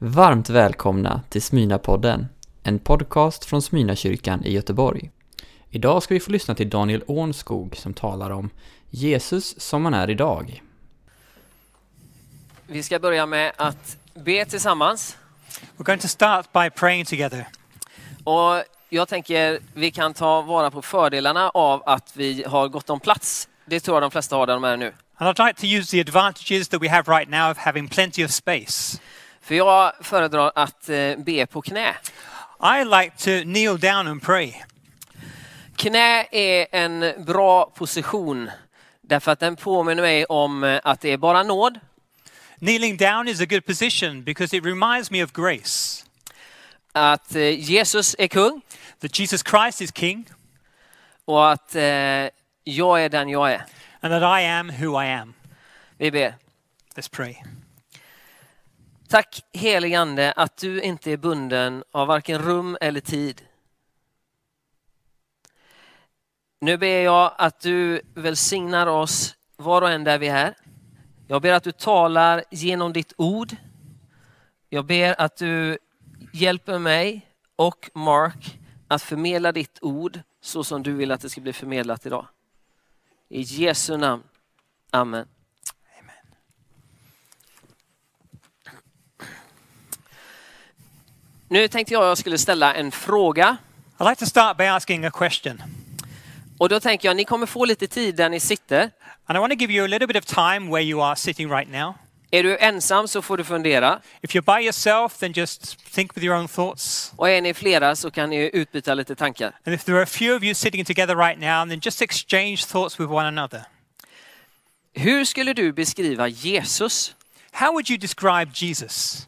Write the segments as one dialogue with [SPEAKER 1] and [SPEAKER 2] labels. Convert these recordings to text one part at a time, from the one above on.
[SPEAKER 1] Varmt välkomna till Smyna-podden, en podcast från Smyna-kyrkan i Göteborg. Idag ska vi få lyssna till Daniel Ånskog som talar om Jesus som han är idag.
[SPEAKER 2] Vi ska börja med att be tillsammans.
[SPEAKER 3] We're going to start by praying together.
[SPEAKER 2] Och jag tänker vi kan ta vara på fördelarna av att vi har gott om plats. Det tror jag de flesta har där de är nu.
[SPEAKER 3] And I'd like to use the advantages that we have right now of having plenty of space.
[SPEAKER 2] För jag föredrar att eh, be på knä.
[SPEAKER 3] I like to kneel down and pray.
[SPEAKER 2] Knä är en bra position därför att den påminner mig om eh, att det är bara nåd
[SPEAKER 3] Kneeling down is a good position because it reminds me of grace,
[SPEAKER 2] att eh, Jesus är kung
[SPEAKER 3] that Jesus Christ is King,
[SPEAKER 2] och att eh, jag är den jag är.
[SPEAKER 3] and that I am who I am.
[SPEAKER 2] Vi ber.
[SPEAKER 3] Let's pray.
[SPEAKER 2] Tack heligande att du inte är bunden av varken rum eller tid. Nu ber jag att du välsignar oss var och en där vi är. Jag ber att du talar genom ditt ord. Jag ber att du hjälper mig och Mark att förmedla ditt ord så som du vill att det ska bli förmedlat idag. I Jesu namn. Amen. Nu tänkte jag att jag skulle ställa en fråga.
[SPEAKER 3] I'd like to start by asking a question.
[SPEAKER 2] Och då tänker jag, ni kommer få lite tid där ni sitter.
[SPEAKER 3] And I want to give you a little bit of time where you are sitting right now.
[SPEAKER 2] Är du ensam så får du fundera.
[SPEAKER 3] If you're by yourself, then just think with your own thoughts.
[SPEAKER 2] Och är ni flera så kan ni utbyta lite tankar.
[SPEAKER 3] And if there are a few of you sitting together right now, then just exchange thoughts with one another.
[SPEAKER 2] Hur skulle du beskriva Jesus?
[SPEAKER 3] How would you describe Jesus?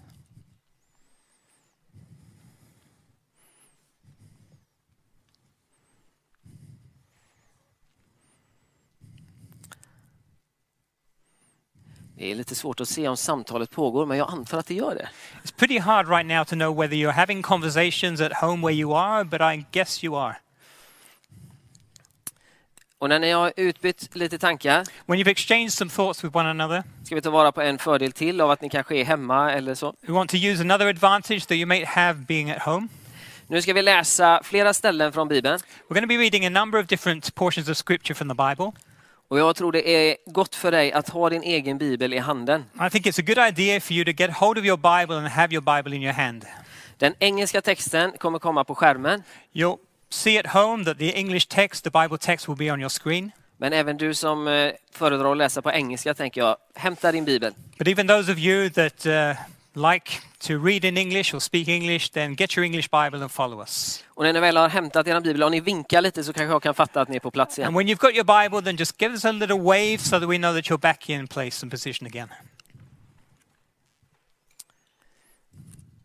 [SPEAKER 2] Det är lite svårt att se om samtalet pågår, men jag antar att det gör det.
[SPEAKER 3] It's pretty hard right now to know whether you're having conversations at home where you are, but I guess you are.
[SPEAKER 2] Och när ni har utbytt lite tankar
[SPEAKER 3] When you've exchanged some thoughts with one another,
[SPEAKER 2] ska vi ta vara på en fördel till av att ni kanske är hemma eller så.
[SPEAKER 3] we want to use another advantage that you may have being at home.
[SPEAKER 2] Nu ska vi läsa flera ställen från Bibeln.
[SPEAKER 3] We're going to be reading a number of different portions of scripture from the Bible.
[SPEAKER 2] Och jag tror det är gott för dig att ha din egen bibel i handen.
[SPEAKER 3] I think it's a good idea for you to get hold of your Bible and have your Bible in your hand.
[SPEAKER 2] Den engelska texten kommer komma på skärmen.
[SPEAKER 3] You'll see at home that the English text, the Bible text, will be on your screen.
[SPEAKER 2] Men även du som eh, föredrar att läsa på engelska, tänker jag, hämta din bibel.
[SPEAKER 3] But even those of you that uh, like to read in English or speak English, then get your English Bible and follow us.
[SPEAKER 2] Och när ni väl har hämtat er bibel, om ni vinkar lite så kanske jag kan fatta att ni är på plats
[SPEAKER 3] And
[SPEAKER 2] igen.
[SPEAKER 3] when you've got your Bible, then just give us a little wave so that we know that you're back in place and position again.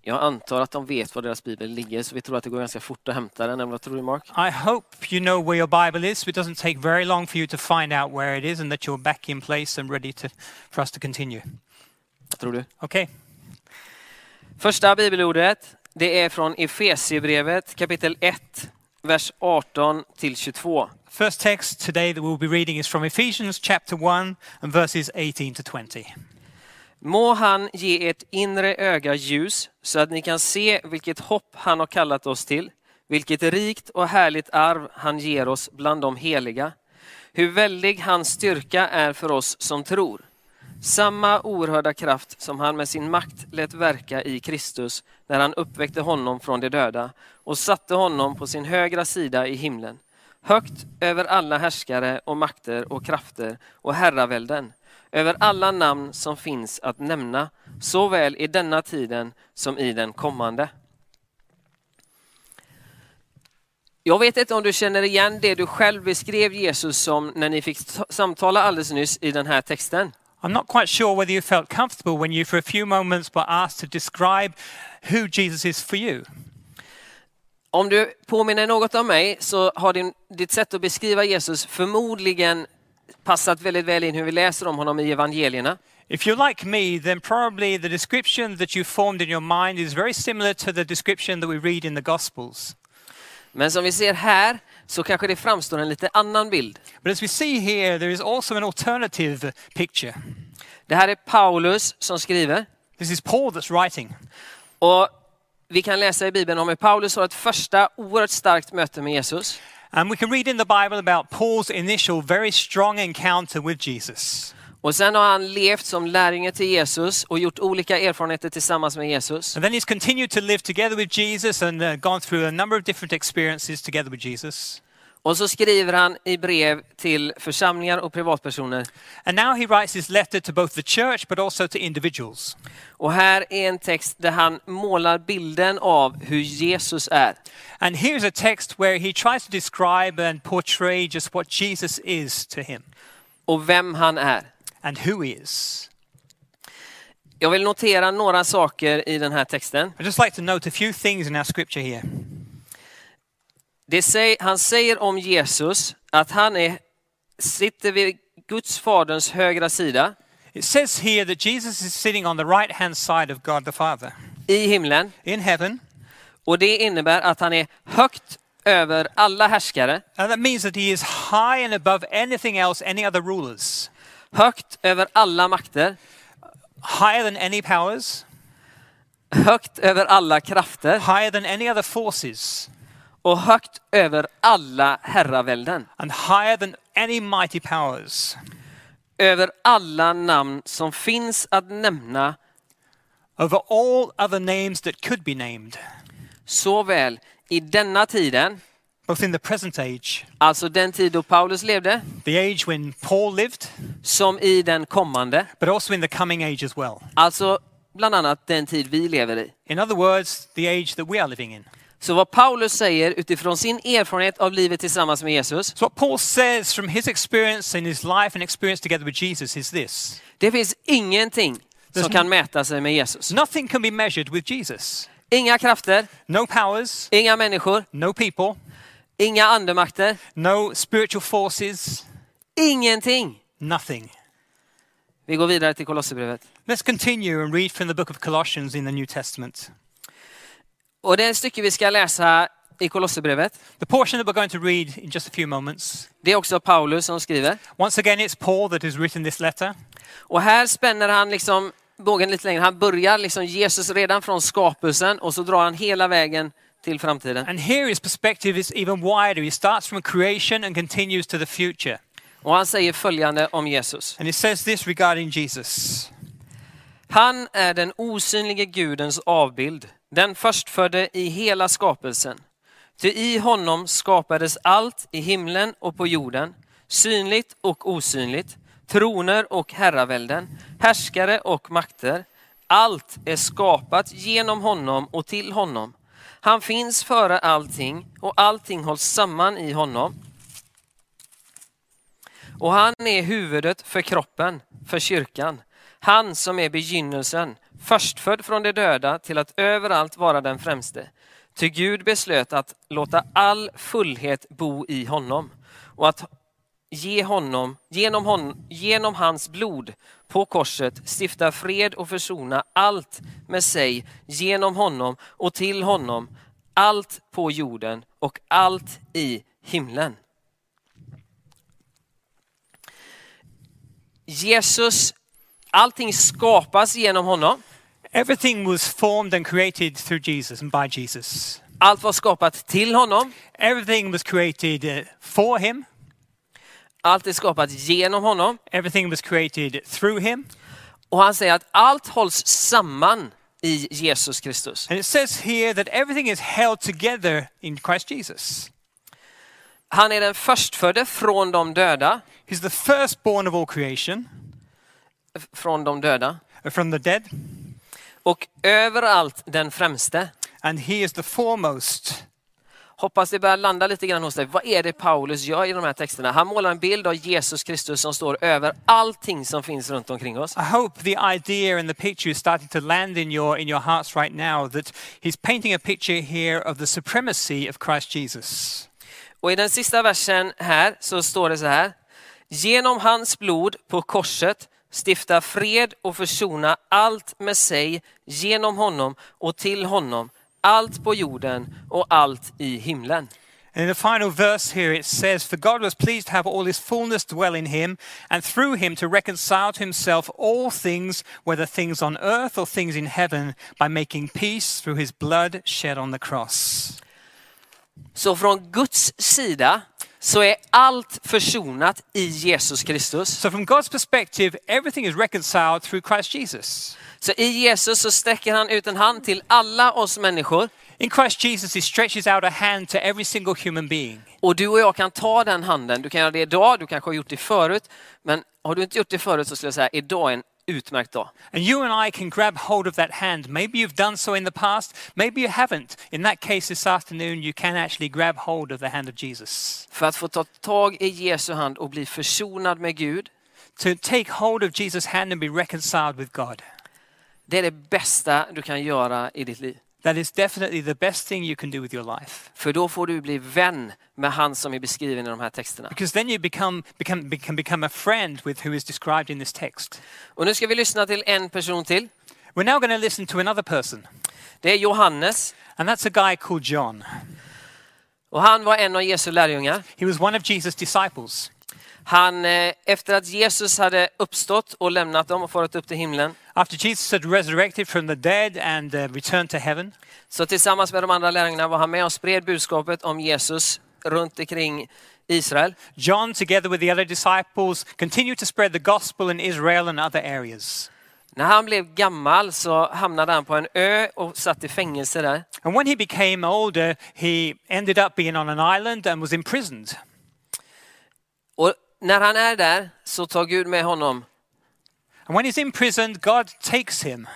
[SPEAKER 2] Jag antar att de vet var deras bibel ligger, så vi tror att det går ganska fort att hämta den. Eller vad tror du Mark?
[SPEAKER 3] I hope you know where your Bible is. so It doesn't take very long for you to find out where it is and that you're back in place and ready to, for us to continue.
[SPEAKER 2] Vad tror du?
[SPEAKER 3] Okay,
[SPEAKER 2] Första bibelordet, det är från Efesierbrevet kapitel 1, vers 18 till 22.
[SPEAKER 3] first text today that we'll be reading is from Ephesians chapter 1 and verses 18 to 20.
[SPEAKER 2] Må han ge ert inre öga ljus så att ni kan se vilket hopp han har kallat oss till, vilket rikt och härligt arv han ger oss bland de heliga, hur väldig hans styrka är för oss som tror. Samma oerhörda kraft som han med sin makt lät verka i Kristus när han uppväckte honom från de döda och satte honom på sin högra sida i himlen, högt över alla härskare och makter och krafter och herravälden, över alla namn som finns att nämna, såväl i denna tiden som i den kommande. Jag vet inte om du känner igen det du själv beskrev Jesus som när ni fick t- samtala alldeles nyss i den här texten.
[SPEAKER 3] I'm not quite sure whether you felt comfortable when you, for a few moments, were asked to describe who Jesus is for you.
[SPEAKER 2] Om du påminner något om mig så har din, ditt sätt att beskriva Jesus förmodligen passat väldigt väl in hur vi läser om honom i evangelierna.
[SPEAKER 3] If you're like me, then probably the description that you formed in your mind is very similar to the description that we read in the Gospels.
[SPEAKER 2] Men som vi ser här så kanske det framstår en lite annan bild.
[SPEAKER 3] But as we see here, there is also an alternative picture.
[SPEAKER 2] Det här är Paulus som skriver
[SPEAKER 3] This This is Paul that's writing.
[SPEAKER 2] Och vi kan läsa i Bibeln om hur Paulus har ett första oerhört starkt möte med Jesus.
[SPEAKER 3] And we can read in the Bible about Paul's initial very strong encounter with Jesus.
[SPEAKER 2] Och sen har han levt som lärjunge till Jesus och gjort olika erfarenheter tillsammans med Jesus.
[SPEAKER 3] And then he's continued to live together with Jesus and uh, gone through a number of different experiences together with Jesus.
[SPEAKER 2] Och så skriver han i brev till församlingar och privatpersoner.
[SPEAKER 3] And now he writes his letter to both the church but also to individuals.
[SPEAKER 2] Och här är en text där han målar bilden av hur Jesus är.
[SPEAKER 3] And here's a text where he tries to describe and portray just what Jesus is to him
[SPEAKER 2] Och vem han är.
[SPEAKER 3] and who he is.
[SPEAKER 2] Jag vill notera några saker i den här texten.
[SPEAKER 3] I'd just like to note a few things in our scripture here.
[SPEAKER 2] Det säg, han säger om Jesus att han är, sitter vid Guds faderns högra sida
[SPEAKER 3] It says here that Jesus is sitting on the right hand side of God the Father
[SPEAKER 2] i himlen.
[SPEAKER 3] in heaven.
[SPEAKER 2] Och det innebär att han är högt över alla härskare,
[SPEAKER 3] And that means that he is high and above anything else, any other rulers,
[SPEAKER 2] högt över alla makter,
[SPEAKER 3] higher than any powers,
[SPEAKER 2] högt över alla krafter
[SPEAKER 3] higher than any other forces,
[SPEAKER 2] och högt över alla herravälden.
[SPEAKER 3] and higher than any mighty powers,
[SPEAKER 2] Över alla namn som finns att nämna,
[SPEAKER 3] over all other names that could be named,
[SPEAKER 2] såväl i denna tiden,
[SPEAKER 3] both in the present age,
[SPEAKER 2] alltså den tid då Paulus levde,
[SPEAKER 3] the age when Paul lived,
[SPEAKER 2] som i den kommande,
[SPEAKER 3] but also in the coming age as well.
[SPEAKER 2] alltså bland annat den tid vi lever i.
[SPEAKER 3] In other words, the age that we are living in.
[SPEAKER 2] Så vad Paulus säger utifrån sin erfarenhet av livet tillsammans med Jesus,
[SPEAKER 3] So, what Paul says from his experience in his life and experience together with Jesus is this
[SPEAKER 2] det finns ingenting som kan mäta sig med Jesus.
[SPEAKER 3] nothing can be measured with Jesus.
[SPEAKER 2] Inga krafter,
[SPEAKER 3] No powers,
[SPEAKER 2] inga människor,
[SPEAKER 3] no people,
[SPEAKER 2] inga andemakter,
[SPEAKER 3] no spiritual forces,
[SPEAKER 2] ingenting.
[SPEAKER 3] nothing.
[SPEAKER 2] Vi går vidare till Kolosserbrevet.
[SPEAKER 3] Let's continue and read from the book of Colossians in the New Testament.
[SPEAKER 2] Och det stycke vi ska läsa i Kolosserbrevet,
[SPEAKER 3] The portion that we're going to read in just a few moments.
[SPEAKER 2] det är också Paulus som skriver.
[SPEAKER 3] Once again, it's Paul that has written this letter.
[SPEAKER 2] Och här spänner han liksom bågen lite längre. Han börjar liksom Jesus redan från skapelsen och så drar han hela vägen till framtiden.
[SPEAKER 3] And here his perspective is even wider. He starts from creation and continues to the future.
[SPEAKER 2] Och han säger följande om Jesus.
[SPEAKER 3] And he says this regarding Jesus
[SPEAKER 2] Han är den osynlige Gudens avbild, den förstfödde i hela skapelsen. Ty i honom skapades allt i himlen och på jorden, synligt och osynligt, troner och herravälden, härskare och makter. Allt är skapat genom honom och till honom. Han finns före allting och allting hålls samman i honom. Och han är huvudet för kroppen, för kyrkan. Han som är begynnelsen, förstfödd från de döda till att överallt vara den främste. Ty Gud beslöt att låta all fullhet bo i honom och att ge honom, genom, hon, genom hans blod på korset stifta fred och försona allt med sig genom honom och till honom, allt på jorden och allt i himlen. Jesus, allting skapas genom honom.
[SPEAKER 3] Everything was formed and created through Jesus and by Jesus.
[SPEAKER 2] Allt var skapat till honom.
[SPEAKER 3] Everything was created uh, for him,
[SPEAKER 2] Allt är skapat genom honom.
[SPEAKER 3] everything was created through him.
[SPEAKER 2] Och han säger att allt hålls samman i Jesus Kristus.
[SPEAKER 3] And it says here that everything is held together in Christ Jesus.
[SPEAKER 2] Han är den förstfödde från de döda.
[SPEAKER 3] He's the firstborn of all creation,
[SPEAKER 2] f- Från de döda.
[SPEAKER 3] uh, from the dead,
[SPEAKER 2] Och överallt den främste.
[SPEAKER 3] and he is the foremost.
[SPEAKER 2] Hoppas det börjar landa lite grann hos dig. Vad är det Paulus gör i de här texterna? Han målar en bild av Jesus Kristus som står över allting som finns runt omkring oss.
[SPEAKER 3] I hope the idea and the picture is starting to land in your, in your hearts right now that he's painting a picture here of the supremacy of Christ Jesus.
[SPEAKER 2] Och i den sista versen här så står det så här. Genom hans blod på korset stifta fred och försona allt med sig genom honom och till honom, allt på jorden och allt i himlen.
[SPEAKER 3] And in the final verse here, it says, For God was pleased to have all his fullness dwell in him, and through him to reconcile to himself all things, whether things on earth or things in heaven, by making peace through his blood shed on the cross.
[SPEAKER 2] Så från Guds sida så är allt försonat i Jesus Kristus.
[SPEAKER 3] So, from God's perspective, everything is reconciled through Christ Jesus.
[SPEAKER 2] Så i Jesus så sträcker han ut en hand till alla oss människor.
[SPEAKER 3] In Christ Jesus, he stretches out a hand to every single human being.
[SPEAKER 2] Och du och jag kan ta den handen. Du kan göra det idag, du kanske har gjort det förut. Men har du inte gjort det förut så skulle jag säga idag är en utmärkt dag.
[SPEAKER 3] And you and I can grab hold of that hand. Maybe you've done so in the past, maybe you haven't. In that case, this afternoon, you can actually grab hold of the hand of Jesus.
[SPEAKER 2] För att få ta tag i Jesu hand och bli försonad med Gud,
[SPEAKER 3] To take hold of Jesus' hand and be reconciled with God.
[SPEAKER 2] det är det bästa du kan göra i ditt liv.
[SPEAKER 3] That is definitely the best thing you can do with your life.
[SPEAKER 2] För då får du bli vän med han som är beskriven i de här texterna.
[SPEAKER 3] Because then you become, become, be- can become a friend with who is described in this text.
[SPEAKER 2] Och nu ska vi lyssna till en person till.
[SPEAKER 3] We're now going to listen to another person,
[SPEAKER 2] Det är Johannes.
[SPEAKER 3] and that's a guy called John.
[SPEAKER 2] Och han var en av Jesu lärjungar.
[SPEAKER 3] He was one of Jesus' disciples.
[SPEAKER 2] Han, eh, efter att Jesus hade uppstått och lämnat dem och farit upp till himlen,
[SPEAKER 3] After Jesus had resurrected from the dead and uh, returned to heaven,
[SPEAKER 2] så tillsammans med de andra lärjungarna var han med och spred budskapet om Jesus runt omkring Israel.
[SPEAKER 3] John, together with the other disciples, continued to spread the gospel in Israel and other areas.
[SPEAKER 2] När han blev gammal så hamnade han på en ö och satt i fängelse där.
[SPEAKER 3] And when he became older, he ended up being on an island and was imprisoned.
[SPEAKER 2] Och när han är där så tar Gud med honom
[SPEAKER 3] And when he's imprisoned, God takes him.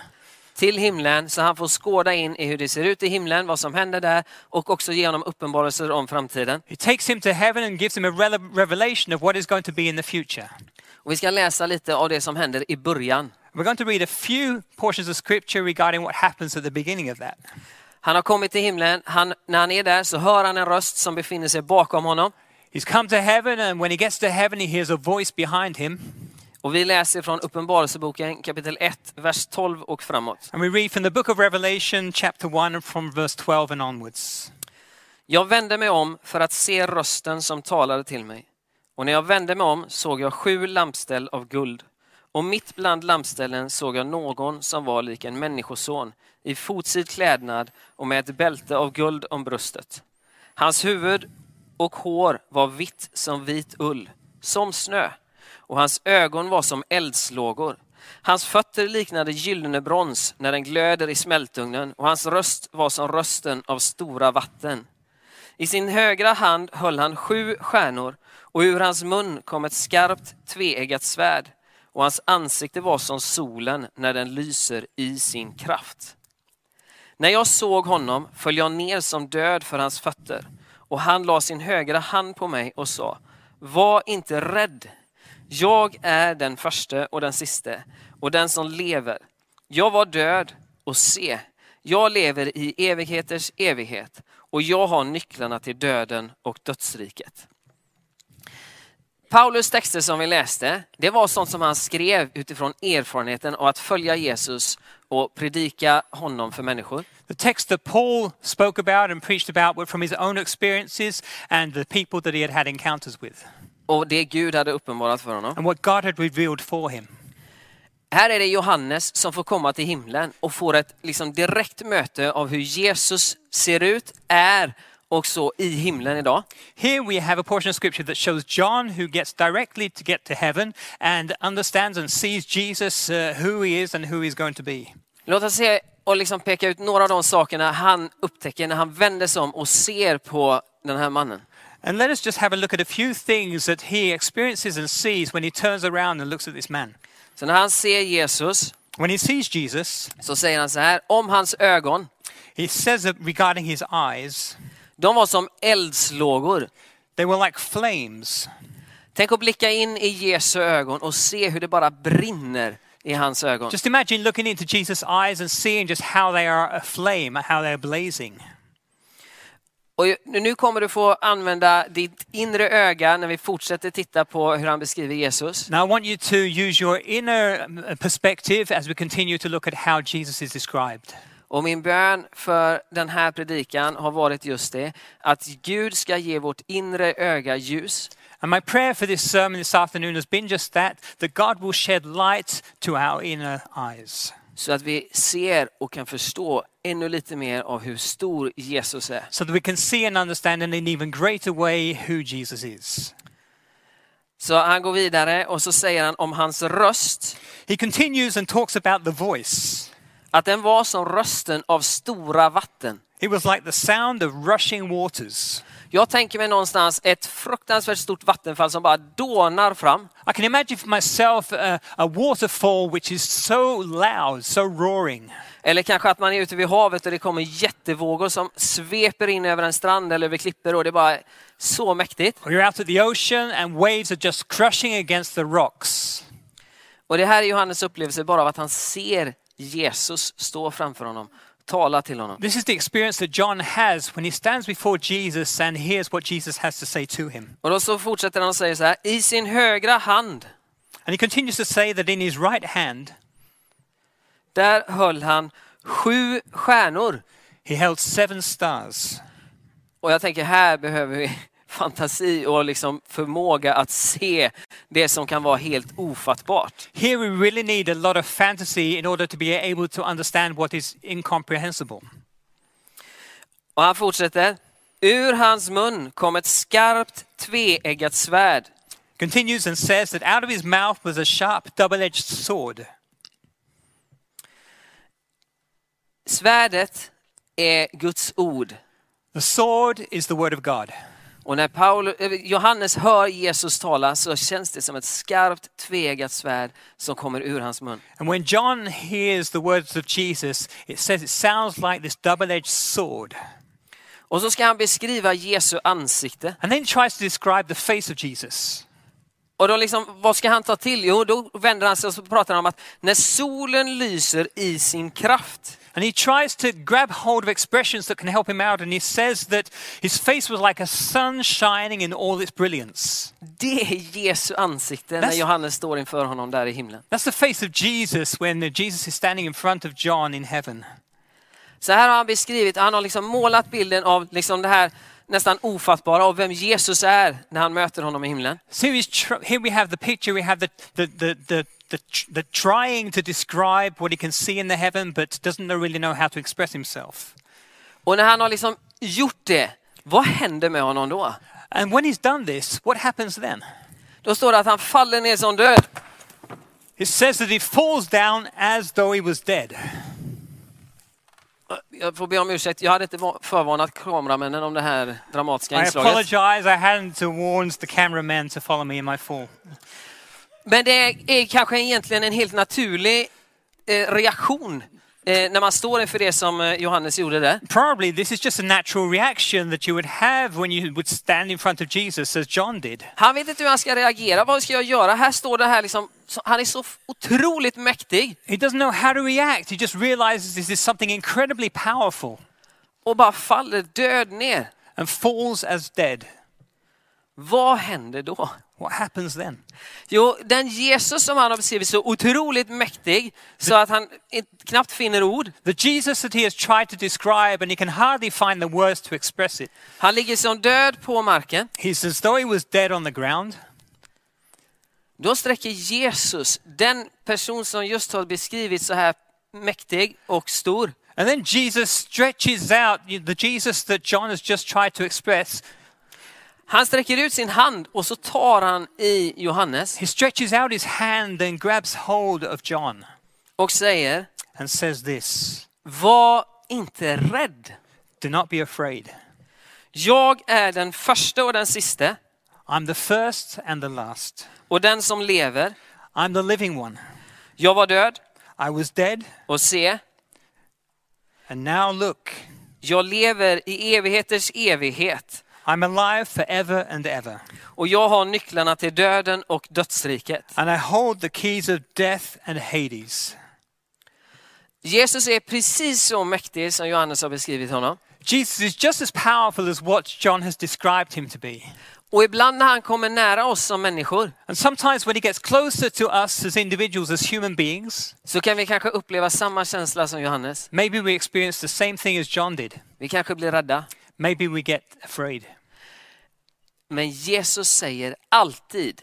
[SPEAKER 2] till himlen så han får skåda in i hur det ser ut i himlen, vad som händer där och också ge honom uppenbarelser om framtiden.
[SPEAKER 3] He takes him to heaven and gives him a rele- revelation of what is going to be in the future.
[SPEAKER 2] Och vi ska läsa lite av det som händer i början.
[SPEAKER 3] We're going to read a few portions of scripture regarding what happens at the beginning of that.
[SPEAKER 2] Han har kommit till himlen, han, när han är där så hör han en röst som befinner sig bakom honom.
[SPEAKER 3] He's come to heaven, and when he gets to heaven, he hears a voice behind him.
[SPEAKER 2] Och vi läser från Uppenbarelseboken kapitel 1, vers 12 och framåt.
[SPEAKER 3] And we read from the book of Revelation, chapter 1, and from verse 12 and onwards.
[SPEAKER 2] Jag vände mig om för att se rösten som talade till mig. Och när jag vände mig om såg jag sju lampställ av guld. Och mitt bland lampställen såg jag någon som var lik en människoson i fotsid klädnad och med ett bälte av guld om bröstet. Hans huvud och hår var vitt som vit ull, som snö, och hans ögon var som eldslågor. Hans fötter liknade gyllene brons när den glöder i smältugnen och hans röst var som rösten av stora vatten. I sin högra hand höll han sju stjärnor och ur hans mun kom ett skarpt tveeggat svärd och hans ansikte var som solen när den lyser i sin kraft. När jag såg honom föll jag ner som död för hans fötter och han la sin högra hand på mig och sa, var inte rädd. Jag är den förste och den siste och den som lever. Jag var död och se, jag lever i evigheters evighet och jag har nycklarna till döden och dödsriket. Paulus texter som vi läste, det var sånt som han skrev utifrån erfarenheten av att följa Jesus och predika honom för människor.
[SPEAKER 3] The text that Paul spoke about and preached about were from his own experiences and the people that he had had encounters with,
[SPEAKER 2] och det Gud hade uppenbarat för honom.
[SPEAKER 3] and what God had revealed for him.
[SPEAKER 2] Här är det Johannes som får komma till himlen och får ett liksom direkt möte av hur Jesus ser ut, är och så i himlen idag.
[SPEAKER 3] Here we have a portion of scripture that shows John who gets directly to get to heaven and understands and sees Jesus, uh, who he is and who he's going to be.
[SPEAKER 2] Låt oss se och liksom peka ut några av de sakerna han upptäcker när han vänder sig om och ser på den här mannen.
[SPEAKER 3] And let us just have a look at a few things that he experiences and sees when he turns around and looks at this man.
[SPEAKER 2] Så när han ser Jesus
[SPEAKER 3] When he sees Jesus,
[SPEAKER 2] så säger han så här om hans ögon.
[SPEAKER 3] he says that regarding his eyes,
[SPEAKER 2] De var som eldslågor.
[SPEAKER 3] they were like flames.
[SPEAKER 2] Tänk att blicka in i Jesu ögon och se hur det bara brinner i hans ögon.
[SPEAKER 3] Just imagine looking into Jesus' eyes and seeing just how they are aflame, how they're blazing.
[SPEAKER 2] Och ju- nu kommer du få använda ditt inre öga när vi fortsätter titta på hur han beskriver Jesus.
[SPEAKER 3] Now, I want you uh, to use your inner um, perspective as we continue to look at how Jesus is described.
[SPEAKER 2] Och min bön för den här predikan har varit just det, att Gud ska ge vårt inre öga ljus.
[SPEAKER 3] And my prayer for this sermon this afternoon has been just that that God will shed light to our inner eyes.
[SPEAKER 2] så att vi ser och kan förstå ännu lite mer av hur stor Jesus är.
[SPEAKER 3] so that we can see and understand in an even greater way who Jesus is.
[SPEAKER 2] Så han går vidare och så säger han om hans röst,
[SPEAKER 3] He continues and talks about the voice.
[SPEAKER 2] att den var som rösten av stora vatten.
[SPEAKER 3] It was like the sound of rushing waters.
[SPEAKER 2] Jag tänker mig någonstans ett fruktansvärt stort vattenfall som bara dånar fram.
[SPEAKER 3] I can imagine for myself a, a waterfall which is so loud, so roaring.
[SPEAKER 2] Eller kanske att man är ute vid havet och det kommer jättevågor som sveper in över en strand eller över klippor och det är bara så mäktigt.
[SPEAKER 3] Or you're out at the ocean and waves are just crushing against the rocks.
[SPEAKER 2] Och det här är Johannes upplevelse bara av att han ser Jesus stå framför honom, tala till honom.
[SPEAKER 3] This is the experience that John has when he stands before Jesus and hears what Jesus has to say to him.
[SPEAKER 2] Och då så fortsätter han och säger så här, i sin högra hand,
[SPEAKER 3] And he continues to say that in his right hand
[SPEAKER 2] där höll han sju stjärnor.
[SPEAKER 3] he held seven stars.
[SPEAKER 2] Och jag tänker, här behöver vi fantasi och liksom förmåga att se det som kan vara helt ofattbart.
[SPEAKER 3] Here we really need a lot of fantasy in order to be able to understand what is incomprehensible.
[SPEAKER 2] Och han fortsätter, ur hans mun kom ett skarpt tveeggat svärd.
[SPEAKER 3] Continues and says that out of his mouth was a sharp double-edged sword.
[SPEAKER 2] Svärdet är Guds ord.
[SPEAKER 3] The sword is the word of God.
[SPEAKER 2] Och när Paul, eh, Johannes hör Jesus tala så känns det som ett skarpt tveeggat svärd som kommer ur hans mun.
[SPEAKER 3] And when John hears the words of Jesus, it says it sounds like this double-edged sword.
[SPEAKER 2] Och så ska han beskriva Jesu ansikte.
[SPEAKER 3] And then he tries to describe the face of Jesus.
[SPEAKER 2] Och då liksom, vad ska han ta till? Jo, då vänder han sig och så pratar han om att när solen lyser i sin kraft.
[SPEAKER 3] And he tries to grab hold of expressions that can help him out. And he says that his face was like a sun shining in all its brilliance.
[SPEAKER 2] Det är Jesu ansikte när
[SPEAKER 3] That's-
[SPEAKER 2] Johannes står inför honom där i himlen.
[SPEAKER 3] That's the face of Jesus when Jesus is standing in front of John in heaven.
[SPEAKER 2] Så här har han beskrivit, han har liksom målat bilden av liksom det här nästan ofattbara av vem Jesus är när han möter honom i himlen.
[SPEAKER 3] So he's tr- here we have the picture, we have the, the, the, the, the, tr- the trying to describe what he can see in the heaven, but doesn't know- really know how to express himself.
[SPEAKER 2] Och när han har liksom gjort det, vad händer med honom då?
[SPEAKER 3] And when he's done this, what happens then?
[SPEAKER 2] Då står det att han faller ner som död.
[SPEAKER 3] It says that he falls down as though he was dead.
[SPEAKER 2] Jag får be om ursäkt, jag hade inte va- förvarnat kameramännen om det här dramatiska
[SPEAKER 3] I
[SPEAKER 2] inslaget.
[SPEAKER 3] apologize, I hadn't to warn the cameraman to follow me in my fall.
[SPEAKER 2] Men det är kanske egentligen en helt naturlig eh, reaktion eh, när man står inför det som eh, Johannes gjorde där.
[SPEAKER 3] Probably this is just a natural reaction that you would have when you would stand in front of Jesus, as John did.
[SPEAKER 2] Han vet inte hur han ska reagera, vad ska jag göra? Här står det här liksom, så- han är så f- otroligt mäktig
[SPEAKER 3] He doesn't know how to react. He just realizes this is something incredibly powerful
[SPEAKER 2] och bara faller död ner.
[SPEAKER 3] and falls as dead.
[SPEAKER 2] Vad händer då?
[SPEAKER 3] What happens then?
[SPEAKER 2] Jo, den Jesus som han har beskrivit så otroligt mäktig så att han inte- knappt finner ord.
[SPEAKER 3] The Jesus that he has tried to describe and he can hardly find the words to express it.
[SPEAKER 2] Han ligger som död på marken.
[SPEAKER 3] He's as though he was dead on the ground.
[SPEAKER 2] Då sträcker Jesus, den person som just har beskrivits så här mäktig och stor,
[SPEAKER 3] And then Jesus stretches out the Jesus that John has just tried to express.
[SPEAKER 2] Han sträcker ut sin hand och så tar han i Johannes
[SPEAKER 3] He stretches out his hand and grabs hold of John
[SPEAKER 2] och säger,
[SPEAKER 3] and says this
[SPEAKER 2] var inte rädd.
[SPEAKER 3] Do not be afraid.
[SPEAKER 2] Jag är den första och den siste
[SPEAKER 3] I'm the first and the last.
[SPEAKER 2] och den som lever.
[SPEAKER 3] I'm the living one.
[SPEAKER 2] Jag var död
[SPEAKER 3] I was dead,
[SPEAKER 2] och se,
[SPEAKER 3] and now look.
[SPEAKER 2] jag lever i evigheters evighet
[SPEAKER 3] I'm alive forever and ever,
[SPEAKER 2] och jag har nycklarna till döden och dödsriket.
[SPEAKER 3] and I hold the keys of death and Hades.
[SPEAKER 2] Jesus är precis så mäktig som Johannes har beskrivit honom.
[SPEAKER 3] Jesus is just as powerful as what John has described him to be.
[SPEAKER 2] Och ibland när han kommer nära oss som människor
[SPEAKER 3] And sometimes when he gets closer to us as individuals, as human beings,
[SPEAKER 2] så kan vi kanske uppleva samma känsla som Johannes.
[SPEAKER 3] maybe we experience the same thing as John did.
[SPEAKER 2] Vi kanske blir rädda.
[SPEAKER 3] Maybe we get afraid.
[SPEAKER 2] Men Jesus säger alltid,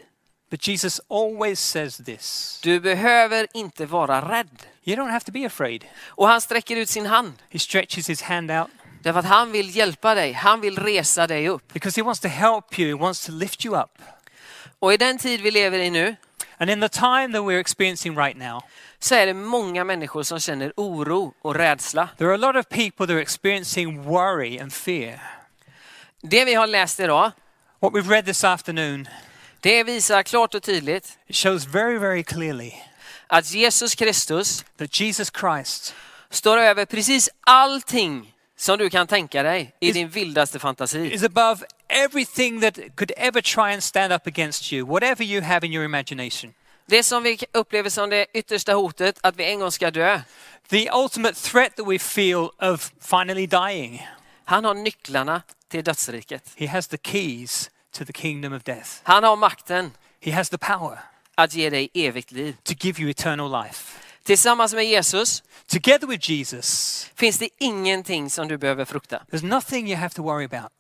[SPEAKER 3] But Jesus always says this
[SPEAKER 2] du behöver inte vara rädd.
[SPEAKER 3] You don't have to be afraid.
[SPEAKER 2] Och han sträcker ut sin hand.
[SPEAKER 3] He stretches his hand out
[SPEAKER 2] Därför att han vill hjälpa dig, han vill resa dig upp.
[SPEAKER 3] because he wants to help you, he wants to lift you up.
[SPEAKER 2] Och i den tid vi lever i nu
[SPEAKER 3] And in the time that we're experiencing right now,
[SPEAKER 2] så är det många människor som känner oro och rädsla.
[SPEAKER 3] there are a lot of people that are experiencing worry and fear.
[SPEAKER 2] Det vi har läst idag,
[SPEAKER 3] What we've read this afternoon
[SPEAKER 2] det visar klart och tydligt
[SPEAKER 3] it shows very, very clearly
[SPEAKER 2] att Jesus Kristus
[SPEAKER 3] that Jesus Christ
[SPEAKER 2] står över precis allting som du kan tänka dig i din vildaste fantasi.
[SPEAKER 3] is above everything that could ever try and stand up against you, whatever you have in your imagination.
[SPEAKER 2] Det som vi upplever som det yttersta hotet, att vi en gång ska dö.
[SPEAKER 3] The ultimate threat that we feel of finally dying,
[SPEAKER 2] Han har nycklarna till dödsriket.
[SPEAKER 3] he has the keys to the kingdom of death.
[SPEAKER 2] Han har makten
[SPEAKER 3] He has the power
[SPEAKER 2] att ge dig evigt liv.
[SPEAKER 3] to give you eternal life.
[SPEAKER 2] Tillsammans med Jesus
[SPEAKER 3] Together with Jesus,
[SPEAKER 2] finns det ingenting som du behöver frukta.
[SPEAKER 3] there's nothing you have to worry about.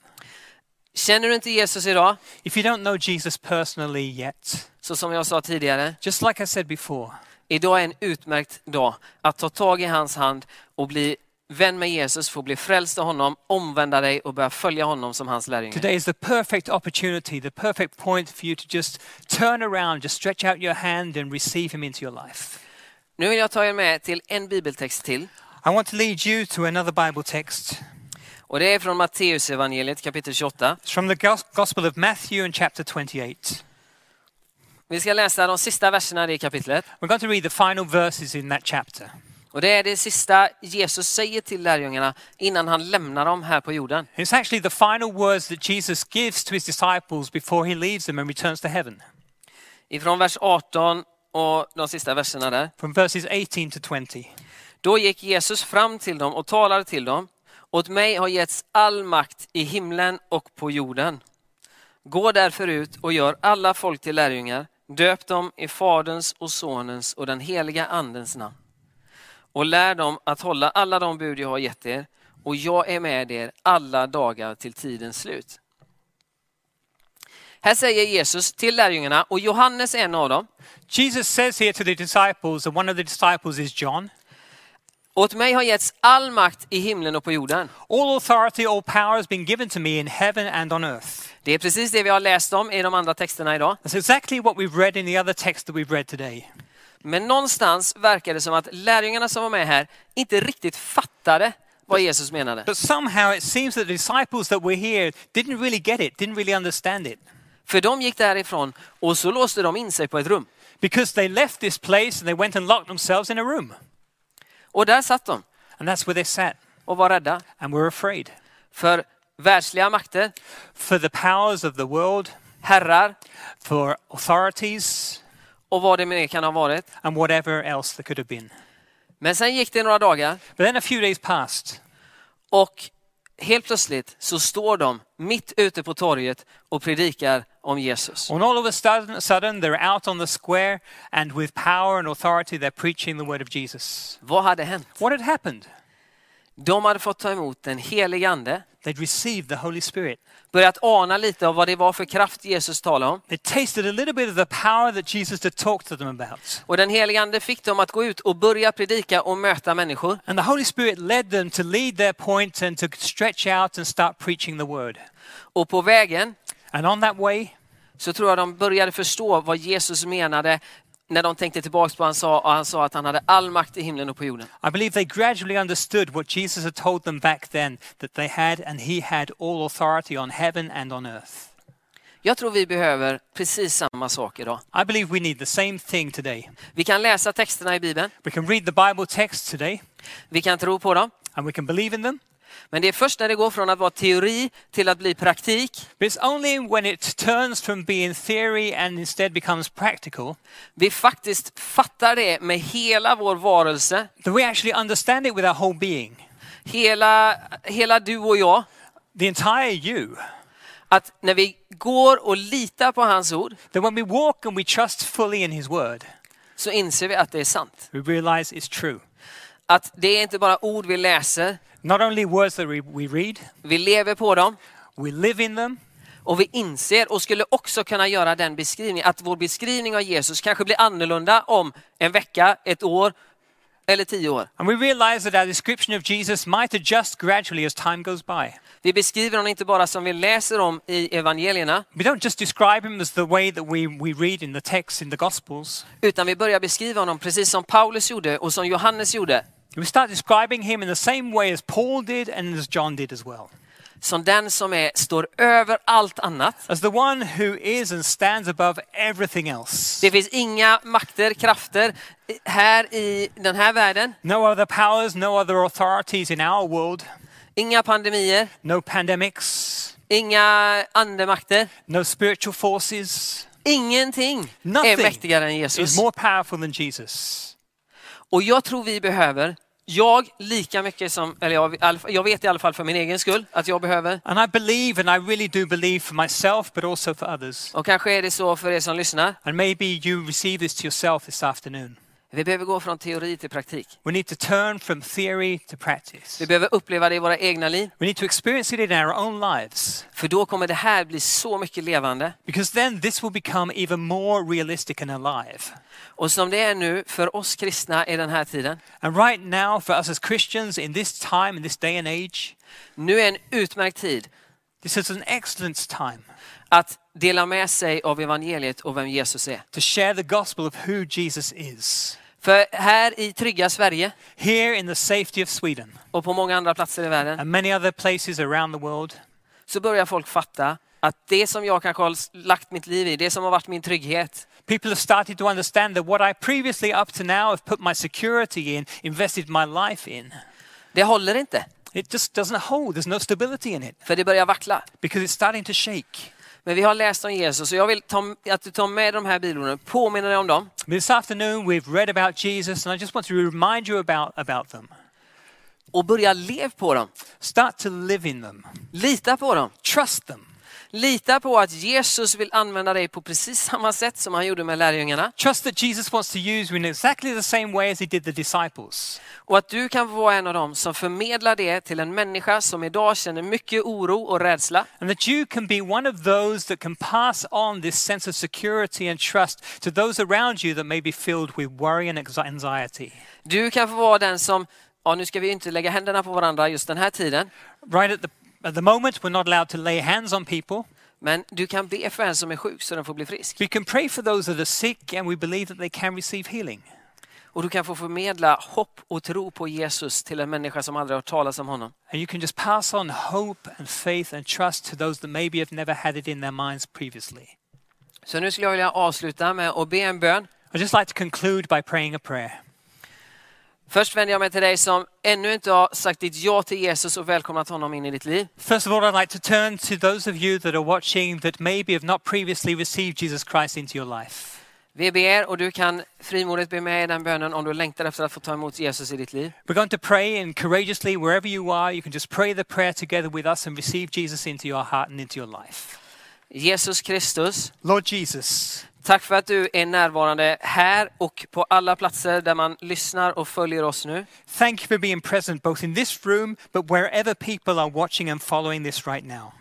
[SPEAKER 2] Känner du inte Jesus idag,
[SPEAKER 3] If you don't know Jesus personally yet,
[SPEAKER 2] så som jag sa tidigare,
[SPEAKER 3] just like I said before,
[SPEAKER 2] idag är en utmärkt dag att ta tag i hans hand och bli vän med Jesus, få bli frälst av honom, omvända dig och börja följa honom som hans lärjunge.
[SPEAKER 3] today is the perfect opportunity, the perfect point for you to just turn around, just stretch out your hand and receive him into your life.
[SPEAKER 2] Nu vill jag ta er med till en bibeltext till.
[SPEAKER 3] I want to lead you to another Bible text.
[SPEAKER 2] Och det är från Matteusevangeliet kapitel 28.
[SPEAKER 3] It's from the Gos- Gospel of Matthew in chapter 28.
[SPEAKER 2] Vi ska läsa de sista verserna i det kapitlet.
[SPEAKER 3] We're going to read the final verses in that chapter.
[SPEAKER 2] Och det är det sista Jesus säger till lärjungarna innan han lämnar dem här på jorden.
[SPEAKER 3] It's actually the final words that Jesus gives to his disciples before he leaves them and returns to heaven.
[SPEAKER 2] Ifrån vers 18 och de sista verserna där.
[SPEAKER 3] From verses 18 to 20.
[SPEAKER 2] Då gick Jesus fram till dem och talade till dem. Åt mig har getts all makt i himlen och på jorden. Gå därför ut och gör alla folk till lärjungar. Döp dem i Faderns och Sonens och den heliga Andens namn. Och lär dem att hålla alla de bud jag har gett er. Och jag är med er alla dagar till tidens slut. Här säger Jesus till lärjungarna, och Johannes är en av dem.
[SPEAKER 3] Jesus says here to the disciples, and one of the disciples is John,
[SPEAKER 2] Åt mig har getts all makt i himlen och på jorden.
[SPEAKER 3] All authority, all power has been given to me in heaven and on earth.
[SPEAKER 2] Det är precis det vi har läst om i de andra texterna idag.
[SPEAKER 3] That's exactly what we've read in the other text that we've read today.
[SPEAKER 2] Men någonstans verkar det som att lärjungarna som var med här inte riktigt fattade vad Jesus menade.
[SPEAKER 3] But somehow it seems that the disciples that were here didn't really get it, didn't really understand it.
[SPEAKER 2] För de gick därifrån och så låste de in sig på ett rum.
[SPEAKER 3] Because they left this place and they went and locked themselves in a room.
[SPEAKER 2] Och där satt de
[SPEAKER 3] And that's where they sat
[SPEAKER 2] och var rädda
[SPEAKER 3] and were afraid.
[SPEAKER 2] för världsliga makter,
[SPEAKER 3] For the powers of the world,
[SPEAKER 2] herrar
[SPEAKER 3] for authorities,
[SPEAKER 2] och vad det mer kan ha varit.
[SPEAKER 3] and whatever else there could have been.
[SPEAKER 2] Men sen gick det några dagar
[SPEAKER 3] But then a few days passed,
[SPEAKER 2] och helt plötsligt så står de mitt ute på torget och predikar om Jesus.
[SPEAKER 3] and all of a sudden, sudden they're out on the square, and with power and authority, they're preaching the word of Jesus.
[SPEAKER 2] Vad hade hänt?
[SPEAKER 3] What had happened?
[SPEAKER 2] De hade fått ta emot den helige ande
[SPEAKER 3] They'd received the Holy Spirit.
[SPEAKER 2] börjat ana lite av vad det var för kraft Jesus talade om.
[SPEAKER 3] They tasted a little bit of the power that Jesus had talked to them about.
[SPEAKER 2] Och den helige ande fick dem att gå ut och börja predika och möta människor.
[SPEAKER 3] And the Holy Spirit led them to lead their point and to stretch out and start preaching the word.
[SPEAKER 2] Och på vägen
[SPEAKER 3] And on that way,
[SPEAKER 2] så tror jag de började förstå vad Jesus menade när de tänkte tillbaks på vad han sa och han sa att han hade all makt i himlen och på jorden.
[SPEAKER 3] I believe they gradually understood what Jesus had told them back then that they had and he had all authority on heaven and on earth.
[SPEAKER 2] Jag tror vi behöver precis samma sak idag.
[SPEAKER 3] I believe we need the same thing today.
[SPEAKER 2] Vi kan läsa texterna i Bibeln,
[SPEAKER 3] We can read the Bible text today
[SPEAKER 2] vi kan tro på dem,
[SPEAKER 3] and we can believe in them,
[SPEAKER 2] men det är först när det går från att vara teori till att bli praktik
[SPEAKER 3] but it's only when it turns from being theory and instead becomes practical
[SPEAKER 2] vi faktiskt fattar det med hela vår varelse,
[SPEAKER 3] that we actually understand it with our whole being,
[SPEAKER 2] hela, hela du och jag,
[SPEAKER 3] the entire you.
[SPEAKER 2] Att när vi går och litar på hans ord
[SPEAKER 3] then when we walk and we trust fully in His word,
[SPEAKER 2] så inser vi att det är sant.
[SPEAKER 3] we realize it's true.
[SPEAKER 2] Att det är inte bara ord vi läser,
[SPEAKER 3] Not only words that we, we read,
[SPEAKER 2] vi lever på dem
[SPEAKER 3] we live in them,
[SPEAKER 2] och vi inser och skulle också kunna göra den beskrivningen att vår beskrivning av Jesus kanske blir annorlunda om en vecka, ett år eller tio år.
[SPEAKER 3] and we realize that our description of Jesus might adjust gradually as time goes by.
[SPEAKER 2] Vi beskriver honom inte bara som vi läser om i evangelierna,
[SPEAKER 3] We don't just describe him as the way that we, we read in the texts in the Gospels.
[SPEAKER 2] utan vi börjar beskriva honom precis som Paulus gjorde och som Johannes gjorde.
[SPEAKER 3] We start describing him in the same way as Paul did and as John did as well.
[SPEAKER 2] Som den som är, står över allt annat.
[SPEAKER 3] As the one who is and stands above everything else.
[SPEAKER 2] Det finns inga makter, krafter i- här i den här världen.
[SPEAKER 3] No other powers, no other authorities in our world,
[SPEAKER 2] Inga pandemier,
[SPEAKER 3] no pandemics,
[SPEAKER 2] inga andemakter.
[SPEAKER 3] no spiritual forces
[SPEAKER 2] Ingenting är
[SPEAKER 3] Nothing
[SPEAKER 2] mäktigare än
[SPEAKER 3] is
[SPEAKER 2] Jesus.
[SPEAKER 3] more powerful than Jesus.
[SPEAKER 2] Och jag tror vi behöver, jag lika mycket som, eller jag, i alla fall- jag vet i alla fall för min egen skull att jag behöver.
[SPEAKER 3] And I believe, and I really do believe for myself, but also for others.
[SPEAKER 2] Och kanske är det så för er som lyssnar.
[SPEAKER 3] And maybe you receive this to yourself this afternoon.
[SPEAKER 2] Vi behöver gå från teori till praktik.
[SPEAKER 3] We need to turn from theory to practice.
[SPEAKER 2] Vi behöver uppleva det i våra egna liv.
[SPEAKER 3] We need to experience it in our own lives
[SPEAKER 2] För då kommer det här bli så mycket levande.
[SPEAKER 3] because then this will become even more realistic and alive.
[SPEAKER 2] Och som det är nu för oss kristna i den här tiden.
[SPEAKER 3] And right now, for us as Christians in this time, in this day and age,
[SPEAKER 2] Nu är en utmärkt tid
[SPEAKER 3] this is an excellent time
[SPEAKER 2] att dela med sig av evangeliet och vem Jesus är.
[SPEAKER 3] to share the gospel of who Jesus is
[SPEAKER 2] För här i trygga Sverige
[SPEAKER 3] here in the safety of Sweden
[SPEAKER 2] och på många andra platser i världen
[SPEAKER 3] and many other places around the world.
[SPEAKER 2] så börjar folk fatta att det som jag kanske har lagt mitt liv i, det som har varit min trygghet,
[SPEAKER 3] People have started to understand that what I previously up to now have put my security in, invested my life in,
[SPEAKER 2] det håller inte.
[SPEAKER 3] it just doesn't hold. There's no stability in it
[SPEAKER 2] För det börjar vackla.
[SPEAKER 3] because it's starting to shake.
[SPEAKER 2] Men vi har läst om Jesus och jag vill ta, att du tar med de här bibelorden, påminner dig om dem.
[SPEAKER 3] This afternoon, we've read about Jesus, and I just want to remind you about, about them.
[SPEAKER 2] Och börja leva på dem.
[SPEAKER 3] Start to live in them,
[SPEAKER 2] Lita på dem.
[SPEAKER 3] trust them.
[SPEAKER 2] Lita på att Jesus vill använda dig på precis samma sätt som han gjorde med lärjungarna.
[SPEAKER 3] Trust that Jesus wants to use you in exactly the same way as he did the disciples.
[SPEAKER 2] Och att du kan vara en av dem som förmedlar det till en människa som idag känner mycket oro och rädsla.
[SPEAKER 3] And that you can be one of those that can pass on this sense of security and trust to those around you that may be filled with worry and ex- anxiety.
[SPEAKER 2] Du kan få vara den som, ja nu ska vi ju inte lägga händerna på varandra just den här tiden,
[SPEAKER 3] Right at the, at the moment, we're not allowed to lay hands on people.
[SPEAKER 2] men du kan be för en som är sjuk så den får bli frisk.
[SPEAKER 3] We can pray for those that are sick, and we believe that they can receive healing.
[SPEAKER 2] Och du kan få förmedla hopp och tro på Jesus till en människa som aldrig har hört talas om honom.
[SPEAKER 3] And you can just pass on hope and faith and trust to those that maybe have never had it in their minds previously.
[SPEAKER 2] Så nu skulle jag vilja avsluta med att be en bön.
[SPEAKER 3] I'd just like to conclude by praying a prayer.
[SPEAKER 2] Först vänder jag mig till dig som ännu inte har sagt ditt ja till Jesus och välkomnat honom in i ditt liv.
[SPEAKER 3] First of all, I'd like to turn to those of you that are watching that maybe have not previously received Jesus Christ into your life.
[SPEAKER 2] Vi ber och du kan frimodigt be med i den bönen om du längtar efter att få ta emot Jesus i ditt liv.
[SPEAKER 3] We're going to pray, and courageously, wherever you are, you can just pray the prayer together with us and receive Jesus into your heart and into your life.
[SPEAKER 2] Jesus Kristus,
[SPEAKER 3] Lord Jesus,
[SPEAKER 2] tack för att du är närvarande här och på alla platser där man lyssnar och följer oss nu.
[SPEAKER 3] thank you for being present both in this room, but wherever people are watching and following this right now.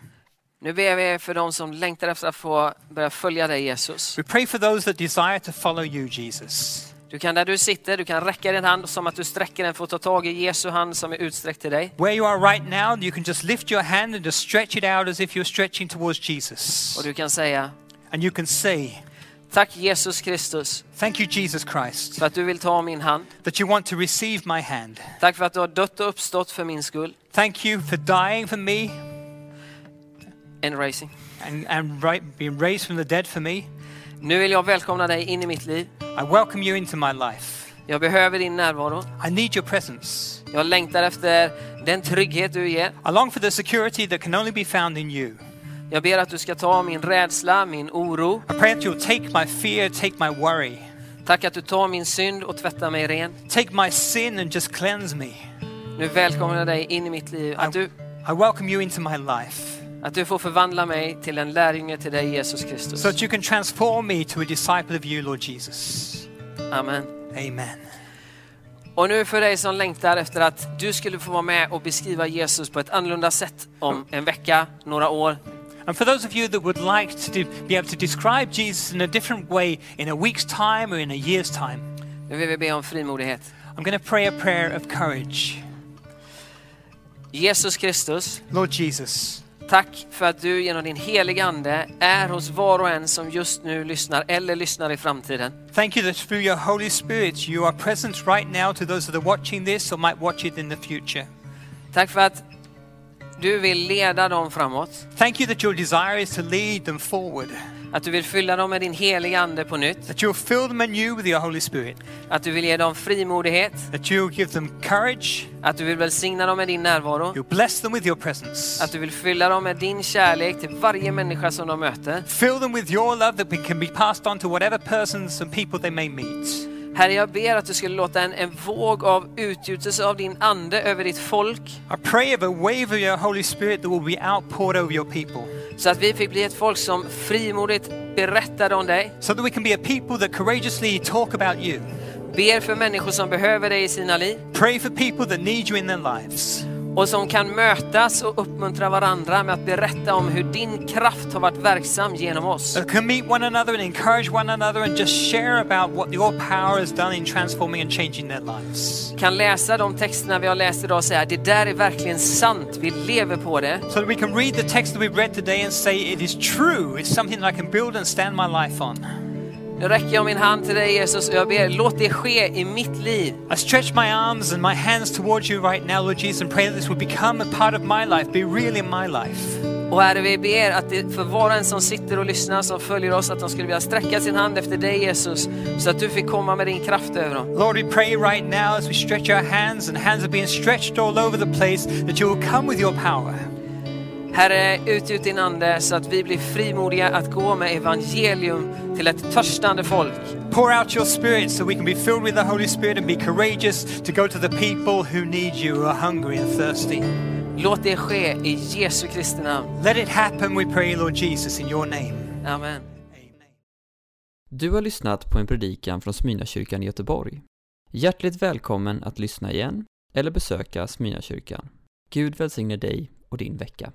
[SPEAKER 2] Nu ber vi för de som längtar efter att få börja följa dig Jesus.
[SPEAKER 3] We pray for those that desire to follow you, Jesus.
[SPEAKER 2] Du kan där du sitter, du kan räcka din hand som att du sträcker den för att ta tag i Jesu hand som är utsträckt till dig.
[SPEAKER 3] Where you are right now, you can just lift your hand and just stretch it out as if you're stretching towards
[SPEAKER 2] Och
[SPEAKER 3] Jesus.
[SPEAKER 2] du kan säga,
[SPEAKER 3] And you can say,
[SPEAKER 2] tack Jesus Kristus
[SPEAKER 3] Thank you, Jesus Christ,
[SPEAKER 2] för att du vill ta min hand.
[SPEAKER 3] that you want to receive my hand.
[SPEAKER 2] Tack för att du har dött och uppstått för min skull.
[SPEAKER 3] Thank you for dying for me
[SPEAKER 2] And rising.
[SPEAKER 3] and, and right, being raised from the dead for me.
[SPEAKER 2] Nu vill jag välkomna dig in i mitt liv.
[SPEAKER 3] I welcome you into my life.
[SPEAKER 2] Jag behöver din närvaro.
[SPEAKER 3] I need your presence.
[SPEAKER 2] Jag längtar efter den trygghet du ger.
[SPEAKER 3] I long for the security that can only be found in you.
[SPEAKER 2] Jag ber att du ska ta min rädsla, min oro.
[SPEAKER 3] I pray that you'll take my fear, take my worry,
[SPEAKER 2] Tack att du tar min synd och tvättar mig ren.
[SPEAKER 3] take my sin and just cleanse me.
[SPEAKER 2] Nu välkomnar jag dig in i mitt liv. Att du,
[SPEAKER 3] I welcome you into my life.
[SPEAKER 2] Att du får förvandla mig till en lärjunge till dig Jesus Kristus.
[SPEAKER 3] so that you can transform me to a disciple of you, Lord Jesus.
[SPEAKER 2] Amen.
[SPEAKER 3] Amen.
[SPEAKER 2] Och nu för dig som längtar efter att du skulle få vara med och beskriva Jesus på ett annorlunda sätt om en vecka, några år,
[SPEAKER 3] And for those of you that would like to do- be able to describe Jesus in a different way in a week's time or in a year's time,
[SPEAKER 2] nu vill vi be om frimodighet.
[SPEAKER 3] I'm going to pray a prayer of courage.
[SPEAKER 2] Jesus Kristus,
[SPEAKER 3] Lord Jesus,
[SPEAKER 2] tack för att du genom din heliga Ande är hos var och en som just nu lyssnar eller lyssnar i framtiden.
[SPEAKER 3] thank you that through your Holy Spirit you are present right now to those that are watching this or might watch it in the future.
[SPEAKER 2] Tack för att du vill leda dem framåt,
[SPEAKER 3] Thank you that your desire is to lead them forward,
[SPEAKER 2] att du vill fylla dem med din heliga Ande på nytt,
[SPEAKER 3] that you'll fill them anew with your Holy Spirit,
[SPEAKER 2] att du vill ge dem frimodighet,
[SPEAKER 3] that you'll give them courage,
[SPEAKER 2] att du vill välsigna dem med din närvaro,
[SPEAKER 3] you'll bless them with your presence.
[SPEAKER 2] Att du vill fylla dem med din kärlek till varje människa som de möter.
[SPEAKER 3] Fill them with your love that we can be passed on to whatever persons and people they may meet.
[SPEAKER 2] Herre, jag ber att du skulle låta en, en våg av utgjutelse av din ande över ditt folk,
[SPEAKER 3] I pray of a wave of your Holy Spirit that will be outpoured over your people,
[SPEAKER 2] så att vi fick bli ett folk som frimodigt berättade om dig,
[SPEAKER 3] so that we can be a people that courageously talk about you,
[SPEAKER 2] ber för människor som behöver dig i sina liv
[SPEAKER 3] pray for people that need you in their lives,
[SPEAKER 2] och som kan mötas och uppmuntra varandra med att berätta om hur din kraft har varit verksam genom oss.
[SPEAKER 3] that can meet one another and encourage one another and just share about what your power has done in transforming and changing their lives.
[SPEAKER 2] Kan läsa de texterna vi har läst idag och säga, det där är verkligen sant, vi lever på det.
[SPEAKER 3] So that we can read the text that we've read today and say, It is true, it's something that I can build and stand my life on.
[SPEAKER 2] Nu räcker jag min hand till dig Jesus och jag ber, låt det ske i mitt liv.
[SPEAKER 3] I stretch my arms and my hands towards you right now, Lord Jesus, and pray that this will become a part of my life, be real in my life.
[SPEAKER 2] Och Herre, vi ber att det för var och en som sitter och lyssnar, som följer oss, att de skulle vilja sträcka sin hand efter dig Jesus, så att du fick komma med din kraft över dem.
[SPEAKER 3] Lord, we pray right now as we stretch our hands, and hands are being stretched all over the place, that you will come with your power.
[SPEAKER 2] Herre, ut ut din ande så att vi blir frimodiga att gå med evangelium till ett törstande folk.
[SPEAKER 3] Pour out your spirit so we can be filled with the Holy Spirit and be courageous to go to the people who need you, who are hungry and thirsty.
[SPEAKER 2] Låt det ske i Jesu Kristi namn.
[SPEAKER 3] Let it happen, we pray, Lord Jesus, in your name.
[SPEAKER 2] Amen.
[SPEAKER 3] Amen.
[SPEAKER 1] Du har lyssnat på en predikan från Smyrnakyrkan i Göteborg. Hjärtligt välkommen att lyssna igen eller besöka Smyrnakyrkan. Gud välsigne dig och din vecka.